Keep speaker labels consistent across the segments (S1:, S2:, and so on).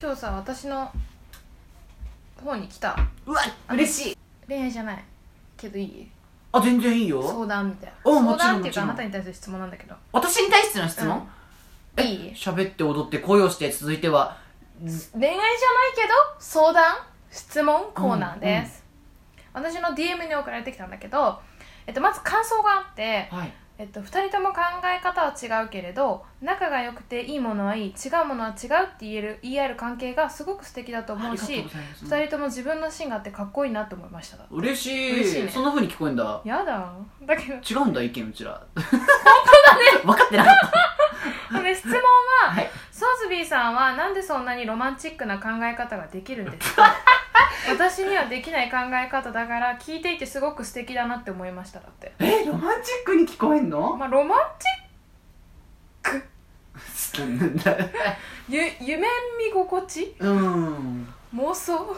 S1: 今日さ私の方に来た
S2: うわ嬉しい
S1: 恋愛じゃないけどいい
S2: あ全然いいよ
S1: 相談みたいな
S2: お
S1: 相
S2: もちろ
S1: 談
S2: ん
S1: っていうかあな
S2: もちろん
S1: たに対する質問なんだけど
S2: 私に対しての質問
S1: いい
S2: 喋って踊って恋をして続いては
S1: 恋愛じゃないけど相談質問コーナーです、私の DM に送られてきたんだけど、えっと、まず感想があって、
S2: はい
S1: えっと、2人とも考え方は違うけれど仲が良くていいものはいい違うものは違うって言える言い合える関係がすごく素敵だと思うし
S2: ます
S1: 2人とも自分の芯があってかっこいいなと思いました
S2: 嬉しい
S1: 嬉しいね
S2: そんなふうに聞こえんだ
S1: やだだけど
S2: 違うんだ意見うちら本当だね分かってなかっ
S1: で質問
S2: た
S1: は
S2: はい
S1: ソーズビーさんはなんでそんなにロマンチックな考え方ができるんですか私にはできない考え方だから聞いていてすごく素敵だなって思いましただって
S2: えロマンチックに聞こえんの
S1: まあロマンチ
S2: なんだ
S1: ゆ夢見心地
S2: うん
S1: 妄想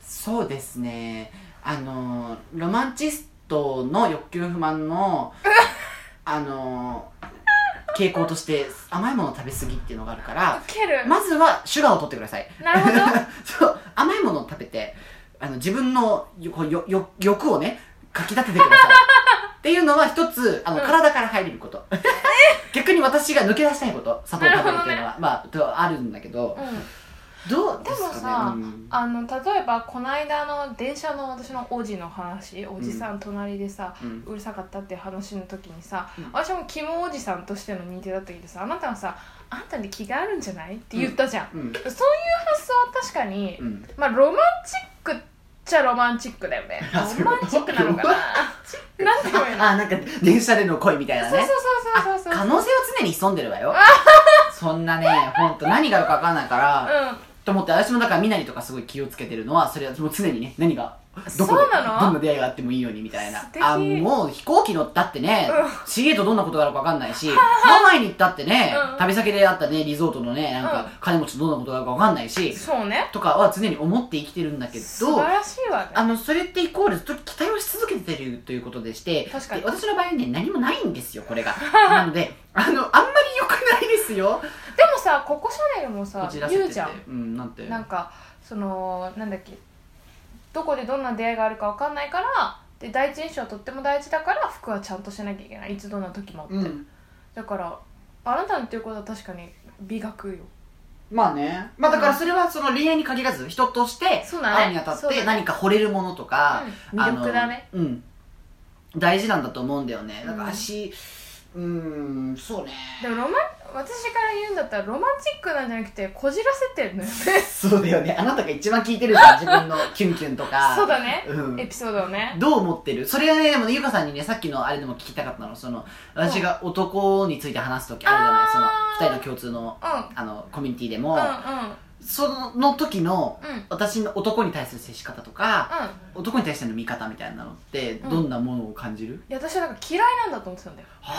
S2: そうですねあのロマンチストの欲求不満 のあの傾向として甘いものを食べ過ぎっていうのがあるから
S1: 受ける、
S2: まずはシュガーを取ってください
S1: なるほど
S2: そう甘いものを食べてあの自分のよこうよよ欲をねかき立ててくだ さいっていうのは一つあの、
S1: うん
S2: 体から入れること逆に私が抜け出したいこと砂糖を食べるっていうのは、まあとあるんだけど
S1: うん、
S2: どうですかね
S1: でもさ
S2: うん
S1: あの例えばこの間の電車の私のおじの話おじさん隣でさ、
S2: うん
S1: うるさかったっていう話の時にさ、
S2: うん
S1: 私もキモおじさんとしての認定だったけどさあなたはさ「あんたに気があるんじゃない?」って言ったじゃん、
S2: うん
S1: そういう発想は確かに、
S2: うん
S1: まあロマンチックっちゃロマンチックだよね
S2: あそういう
S1: ロ
S2: こと
S1: マンチックなのかななんて言えばいいの
S2: あ、なんか、電車での恋みたいな
S1: そう
S2: ね。
S1: そうそうそうそう
S2: 可能性は常に潜んでる わよ。そんなね、ほんと何があるかわかんないから、と思って、私もだから、みなりとかすごい気をつけてるのは、それはもう常にね、何が、どこで
S1: そうなの
S2: どんな出会いがあってもいいようにみたいな
S1: 素。敵
S2: あ、もう飛行機乗ったってね
S1: うん、
S2: シゲとどんなことがあるかわか んないし、ハワイに行ったってね
S1: うん、
S2: 旅先であったね、リゾートのね、なん
S1: うん
S2: か、金持ちとどんなことがあるかわかんないし
S1: うん、そうね
S2: とかは常に思って生きてるんだけど、
S1: 素晴らしいわね
S2: あのそれってイコールずっと期待をし続けてるということでして
S1: 確かに
S2: で私の場合ね何もないんですよこれ がなのであのあんまり良くないですよ
S1: でもさココシャネルも
S2: こ
S1: さ
S2: じらせて
S1: 言う
S2: て
S1: じゃ
S2: うんなんて
S1: んなんかそのなんだっけどこでどんな出会いがあるかわかんないからで第一印象はとっても大事だから服はちゃんとしなきゃいけないいつどんな時もって、
S2: うん
S1: だからあなたの言っていうことは確かに美学よ
S2: まあねまあだからそれはその恋愛に限らず人として
S1: そうだね
S2: 会うにあたっ
S1: そうだ
S2: て
S1: ね
S2: 何か惚れるものとか、
S1: うん
S2: あ
S1: 魅
S2: の
S1: 力だね
S2: うん大事なんだと思うんだよねだから
S1: うん
S2: 足うんんそうね
S1: でもロマン私から言うんだったらロマンチックなんじゃなくてこじらせてるのよね
S2: そうだよねあなたが一番聞いてる じゃん自分のキュンキュンとか
S1: そうだね、
S2: うん
S1: エピソードをね
S2: どう思ってるそれがね、でもね、ゆかさんにね、さっきのあれでも聞きたかったの、その、私が男について話すときあるじゃ
S1: あー
S2: ない、その、二人の共通の、
S1: うん
S2: あの、コミュニティでも、
S1: う
S2: その時の、
S1: んうんうん
S2: 私の男に対する接し方とか、
S1: うん
S2: 男に対しての見方みたいなのって、
S1: うん
S2: どんなものを感じる、
S1: いや私はなんか嫌いなんだと思ってたんだよ
S2: は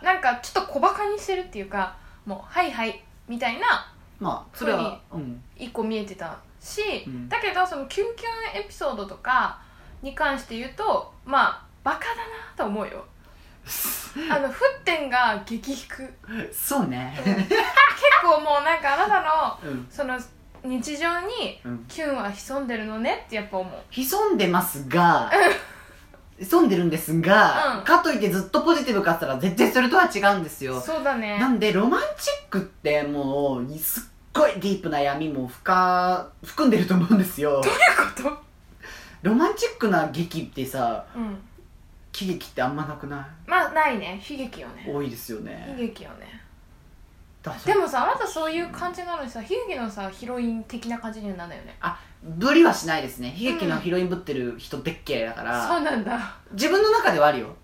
S2: ぁ
S1: なんかちょっと小バカにしてるっていうかもうはいはいみたいな
S2: まあ、それは、うん。
S1: 一個見えてたし、
S2: うん
S1: だけどそのキュンキュンエピソードとかに関して言うとまあバカだなと思うよあの沸点が激低、
S2: そうね。
S1: 結構もうなんかあなたの
S2: うん。
S1: その日常に
S2: うん。
S1: キュンは潜んでるのねってやっぱ思う
S2: 潜んでますが、潜んでるんですが、
S1: うん
S2: かといってずっとポジティブかって言ったら、絶対それとは違うんですよ。
S1: そうだね
S2: なんでロマンチックってもうすっごいディープな闇も深含んでると思うんですよ
S1: というこ
S2: ロマンチックな劇ってさ
S1: とうん
S2: 喜劇ってあんまなくな
S1: まあないね悲劇よ
S2: い
S1: ね
S2: 多いですよ
S1: 悲
S2: ね
S1: 劇よね
S2: だそう
S1: でもさあなたそういう感じなのにさ悲劇のさヒロイン的な感じにはなんだよね
S2: ぶりはしないですね悲劇のヒロインぶってる人でっけえだか
S1: そ
S2: ら、
S1: うなんだ
S2: 自分の中ではあるよ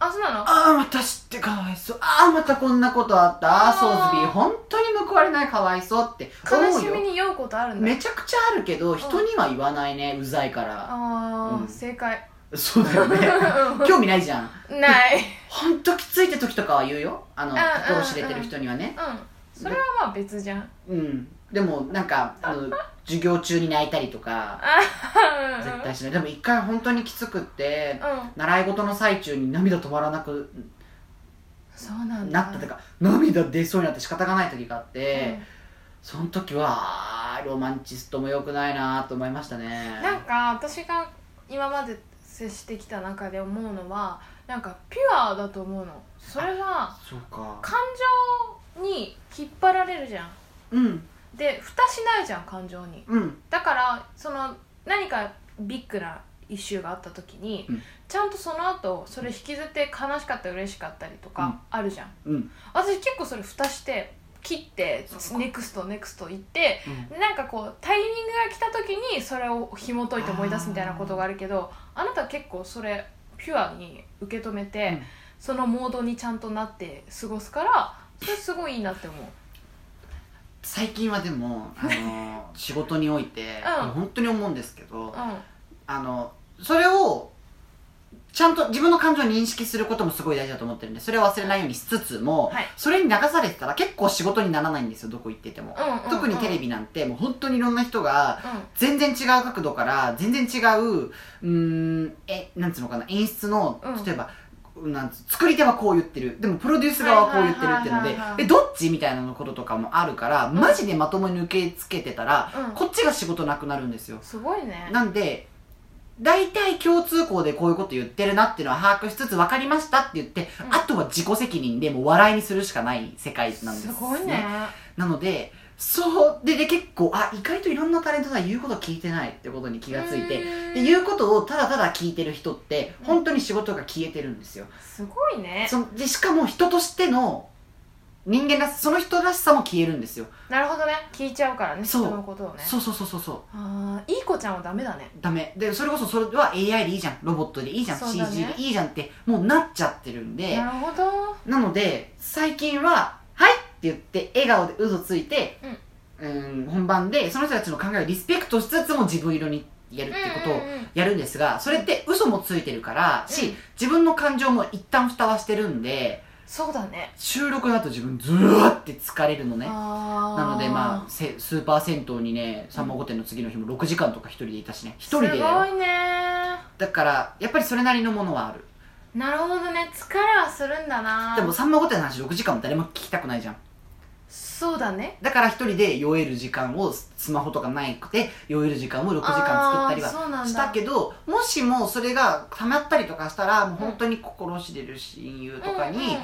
S1: あそうなの
S2: ああまた知ってかわいそうああまたこんなことあったああソ
S1: あー
S2: ーズビー本当に報われないかわいそうって思うよ
S1: 悲しみに酔うことあるんだ
S2: めちゃくちゃあるけど人には言わないねうざいから
S1: ああ、
S2: うん
S1: 正解
S2: そうだよね 興味ないじゃん
S1: ない
S2: ほんときついって時とかは言うよあの
S1: うんうんうん
S2: 心知れてる人にはね
S1: うんそれはまあ別じゃん
S2: うんでもなんかあの授業中に泣いたりとか
S1: あ
S2: 絶
S1: あ
S2: 対しないでも一回本当にきつくって
S1: うんうん
S2: 習い事の最中に涙止まらなく
S1: そうなんだ
S2: なったというか涙出そうになって仕方がない時があって、
S1: うん
S2: その時はああーロマンチストも良くないなと思いましたね
S1: なんか私が今まで接してきた中で思うのはなんかピュアだと思うのそれは
S2: そうか
S1: 感情に引っ張られるじゃん
S2: うん
S1: で蓋しないじゃん感情に
S2: うん
S1: だからその何かビッグなイシューがあった時に、
S2: うん
S1: ちゃんとその後それ引きずって悲しかった嬉しかったりと
S2: うん
S1: かあるじゃん、
S2: うん
S1: 私結構それ蓋して切って
S2: そうか
S1: ネクストネクスト行って
S2: うん
S1: でなんかこうタイミングが来た時にそれを紐解いて思い出すみたいなことがあるけどあなたは結構それピュアに受け止めて、
S2: うん
S1: そのモードにちゃんとなって過ごすからそれすごいいいなって思う
S2: 最近はでも、あの ー仕事において、
S1: うん
S2: 本当に思うんですけど、
S1: う
S2: あのそれをちゃんと自分の感情を認識することもすごい大事だと思ってるんでそれを忘れないようにしつつも、
S1: はい
S2: それに流されてたら結構仕事にならないんですよどこ行ってて
S1: ん
S2: も、
S1: うんうんうん
S2: 特にテレビなんてもう本当にいろんな人が
S1: ん
S2: 全然違う角度から全然違ううーんえなんつうのかな演出の
S1: うん
S2: 例えば、なんつ作り手はこう言ってるでもプロデュース側はこう言ってるっていうの
S1: はい
S2: で
S1: はいはいはい
S2: えどっちみたいなこととかもあるからマジでまともに受け付けてたら、
S1: うん
S2: こっちが仕事なくなるんですよ
S1: すごいね
S2: なんで、大体共通項でこういうこと言ってるなっていうのは把握しつつ分かりましたって言って、
S1: うん
S2: あとは自己責任でもう笑いにするしかない世界なんです、
S1: すごいね。
S2: なので、そう、で、で結構、あ、意外といろんなタレントさん言うこと聞いてないってことに気がついて、
S1: う
S2: で、
S1: ーん
S2: 言うことをただただ聞いてる人って、
S1: うん
S2: 本当に仕事が消えてるんですよ。
S1: すごいね
S2: そので、しかも人としての、人間らし、その人らしさも消えるんですよ。
S1: なるほどね聞いちゃうからね
S2: そう
S1: 人のことをね
S2: そうそうそうそうそう。
S1: あーいい子ちゃんはダメだね
S2: ダメでそれこそそれは AI でいいじゃんロボットでいいじゃん、
S1: そうだね
S2: CG でいいじゃんってもうなっちゃってるんで
S1: なるほど
S2: なので最近は「はい!」って言って笑顔で嘘ついて、うん、本番でその人たちの考えをリスペクトしつつも自分色にやるってこと
S1: うん
S2: を
S1: うんうん
S2: やるんですがそれって嘘もついてるからし、
S1: うん
S2: 自分の感情も一旦蓋はしてるんで
S1: そうだね
S2: 収録の後自分ずーって疲れるのね
S1: あ
S2: なのでまあ
S1: あ
S2: せスーパー銭湯にねさんま御殿の次の日も6時間とか一人でいたしね一人でだ
S1: す
S2: よ
S1: ごいね
S2: だからやっぱりそれなりのものはある
S1: なるほどね疲れはするんだな
S2: でも「さんま御殿」の話6時間も誰も聞きたくないじゃん
S1: そうだね
S2: だから一人で酔える時間をススマホとかないくて酔える時間を6時間作った
S1: あー
S2: りは
S1: そうなんだ
S2: したけどもしもそれがたまったりとかしたらもう本当に心知れる親友とかに、
S1: うんうんうん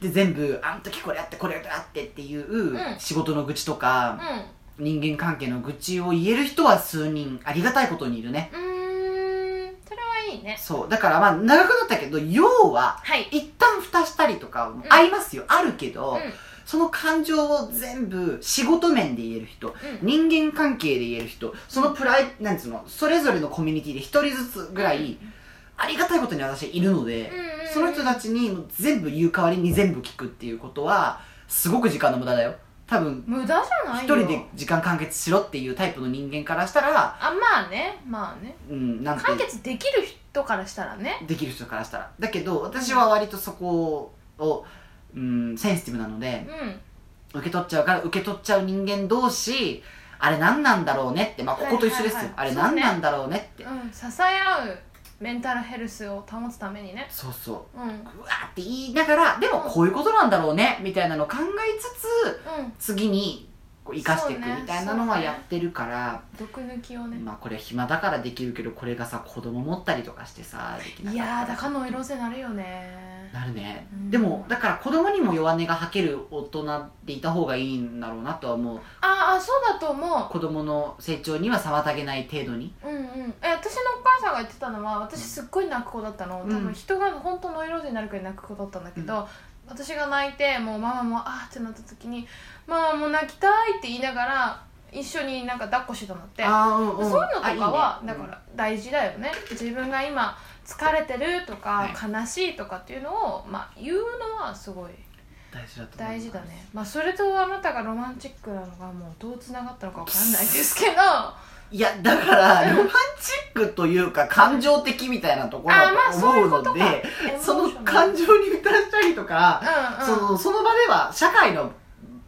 S2: で全部「あの時これあってこれあって」っていう
S1: うん
S2: 仕事の愚痴とか、
S1: うん
S2: 人間関係の愚痴を言える人は数人ありがたいことにいるね
S1: うーんそれはいいね
S2: そうだからまあ長くなったけど要は
S1: はい
S2: 一旦蓋したりとかも
S1: うん
S2: ありますよ、あるけど、
S1: うん
S2: その感情を全部仕事面で言える人
S1: うん
S2: 人間関係で言える人そのプライなんつうのそれぞれのコミュニティで一人ずつぐらいありがたいことに私はいるので、
S1: うんうん
S2: その人たちに全部言う代わりに全部聞くっていうことはすごく時間の無駄だよ多分
S1: 無駄じゃない
S2: 一
S1: よ
S2: 人で時間完結しろっていうタイプの人間からしたら
S1: あまあねまあね
S2: うんなんて
S1: 完結できる人からしたらね
S2: できる人からしたらだけど私は割とそこを、うん、センシティブなので
S1: うん
S2: 受け取っちゃうから受け取っちゃう人間同士あれ何なんだろうねって、まあ、ここと一緒です
S1: はい
S2: よ、
S1: はいはい
S2: あれ
S1: そう
S2: 何
S1: ね
S2: なんだろうねって
S1: うん、支え合うメンタルヘルスを保つためにね
S2: そうそう
S1: うんうん
S2: うわーって言いながらでもこういうことなんだろうねみたいなのを考えつつ次にこう生かしていく
S1: そうね
S2: みたいなのはやってるから、
S1: 毒抜きをね
S2: まあこれ暇だからできるけどこれがさ子供持ったりとかしてさできないかった
S1: やー
S2: ら
S1: だからの色瀬なるよね
S2: なるね、
S1: うん
S2: でもだから子供にも弱音が吐ける大人でいた方がいいんだろうなとは思う
S1: ああそうだと思
S2: 子供の成長には妨げない程度に
S1: ううんうんえ私のお母さんが言ってたのは私すっごい泣く子だったの多
S2: うん
S1: 分人が本当ノイローゼになるくらい泣く子だったんだけど、私が泣いてもうママもあーってなった時に「ママもう泣きたい」って言いながら一緒になんか抱っこしてたんだって
S2: あーうん
S1: そういうのとかは
S2: あいいね
S1: だから大事だよね自分が今疲れてるとか、悲しいとかっていうのを、まあ、言うのはすごい
S2: 大事だと思う
S1: 大事だね、まあ、それとあなたがロマンチックなのがもうどうつながったのかわかんないですけどあ
S2: いやだからロマンチックというか感情的みたいなところ
S1: まあ
S2: だと
S1: そう
S2: 思
S1: いううこ
S2: の
S1: と
S2: で、
S1: か
S2: その感
S1: じ
S2: 情に歌したりとか、そ
S1: うんうん
S2: のその場では社会の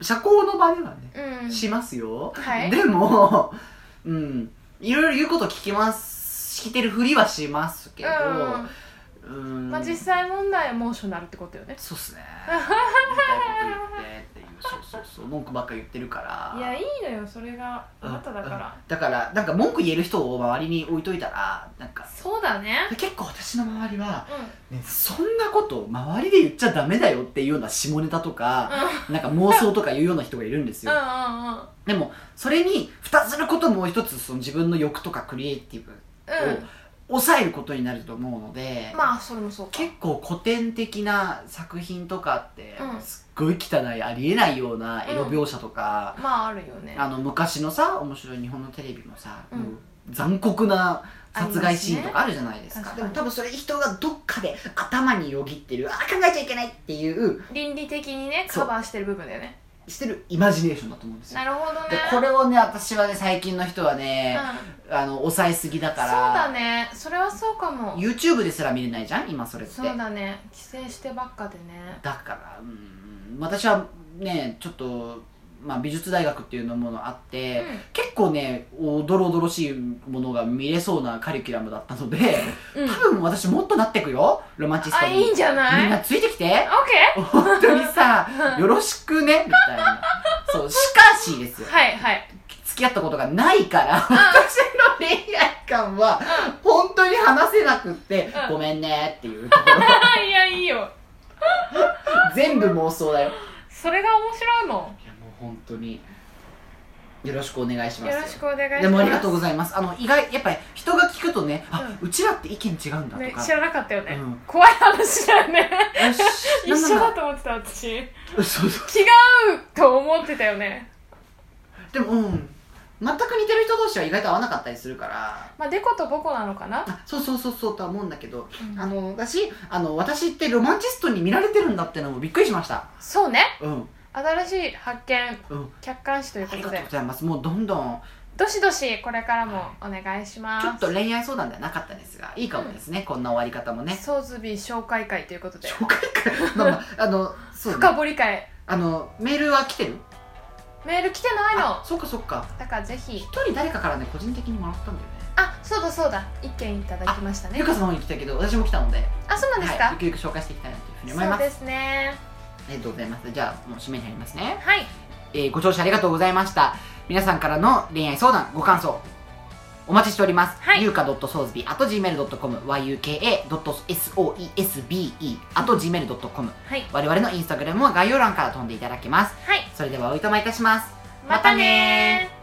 S2: 社交の場ではね、
S1: うん
S2: しますよ、
S1: はい
S2: でもうんいろいろ言うこと聞きますしてるふりはしますけどうん、
S1: うんまあ、実際問題はエモーショナルってことよね
S2: そうっすね言いたいこと言ってっていうそうそうそう文句ばっか言ってるから
S1: いやいいのよそれがあなただか
S2: うん
S1: ら
S2: だからなんか文句言える人を周りに置いといたらなんか
S1: そうだね
S2: 結構私の周りは、
S1: うん
S2: ねそんなこと周りで言っちゃダメだよっていうような下ネタとか、なんか妄想とか言うような人がいるんです
S1: うんう
S2: よ、
S1: んうんうん
S2: でもそれに蓋することもう一つその自分の欲とかクリエイティブ
S1: うん
S2: を抑えることになると思うので、
S1: まあそれもそうか
S2: 結構古典的な作品とかって、
S1: うん
S2: すっごい汚いありえないようなエロ描写とか、
S1: まああるよね
S2: あの昔のさ面白い日本のテレビのさ、
S1: うん
S2: もう残酷な殺害シーンとかあるじゃないですか
S1: あり
S2: で
S1: ますね
S2: も多分それ人がどっかで頭によぎってるあー考えちゃいけないっていう
S1: 倫理的にね
S2: そう
S1: カバーしてる部分だよね
S2: してるイマジネーションだと思うんですよ
S1: なるほどね
S2: でこれをね私はね最近の人はね、
S1: うん
S2: あの抑えすぎだ
S1: そ
S2: か
S1: う
S2: ら
S1: だねそれはそうかも
S2: YouTube ですら見れないじゃん今それって
S1: そうだね帰省してばっかでね
S2: だからうん私はねちょっと、まあ、美術大学っていうのものあって、結構ねおどろおどろしいものが見れそうなカリキュラムだったので
S1: うん、うん
S2: 多分私もっとなってくよロマンチス
S1: あ
S2: ト
S1: いい
S2: に
S1: んじゃない
S2: みん
S1: オ
S2: な
S1: ッ
S2: ついてき て
S1: ケ
S2: 本当にさよろしくねみたいなそうしかしですよ
S1: ーはい はい
S2: 付き合ったことがないから 私の恋愛感は本当に話せなくって、
S1: うん
S2: ごめんねっていうところ
S1: あいやいいよ
S2: 全部妄想だよ
S1: それが面白いも
S2: いやもう本当によろしくお願いし
S1: ん
S2: ます
S1: よろしくお願いします
S2: でもありがとうございますあの意外やっぱり人が聞くとねあ、うちらって意見違うんだと
S1: ね
S2: か、
S1: 知らなかったよね、
S2: うん
S1: 怖い話だよね
S2: よし
S1: 一緒だ
S2: なんだ
S1: と思ってた私違う
S2: そうそう
S1: と思ってたよね
S2: でもうん全く似てる人同士は意外と合わなかったりするから
S1: まあデコとボコなのかな、
S2: あそうそうそうそうとは思うんだけど
S1: うん
S2: あの私あの私ってロマンチストに見られてるんだってのもびっくりしました
S1: そうね
S2: うん
S1: 新しい発見
S2: うん
S1: 客観視という
S2: あ
S1: こ
S2: り
S1: と
S2: がと
S1: で
S2: うございますもうどんどん
S1: どしどしこれからもお願いします
S2: ちょっと恋愛相談ではなかったですがいいかもですね、こんな終わり方もね
S1: ソーズビー紹介会ということで
S2: 紹介会まあまああのそう、ね
S1: 深、掘り会
S2: あのメールは来てる
S1: メール来てないの
S2: あそっかそっか
S1: だからぜひ
S2: 一人誰かからね個人的にもらったんだよね
S1: あそうだそうだ一件いただきましたね
S2: ゆかさんの方に来たけど私も来たので
S1: あそうなんです
S2: はい、
S1: か
S2: ゆ、くゆく紹介していきたいなというふうに思い
S1: そう
S2: ます
S1: ですね
S2: ありがとうございますじゃあもう締めに入りますね、
S1: はい
S2: えーご聴取ありがとうございました皆さんからの恋愛相談ご感想お待ちしております。
S1: はい
S2: ゆうか .soesby.gmail.com yuka.soesbe.gmail.com
S1: はい
S2: 我々のインスタグラムは概要欄から飛んでいただけます。
S1: はい
S2: それではおいとまいたします。
S1: またねー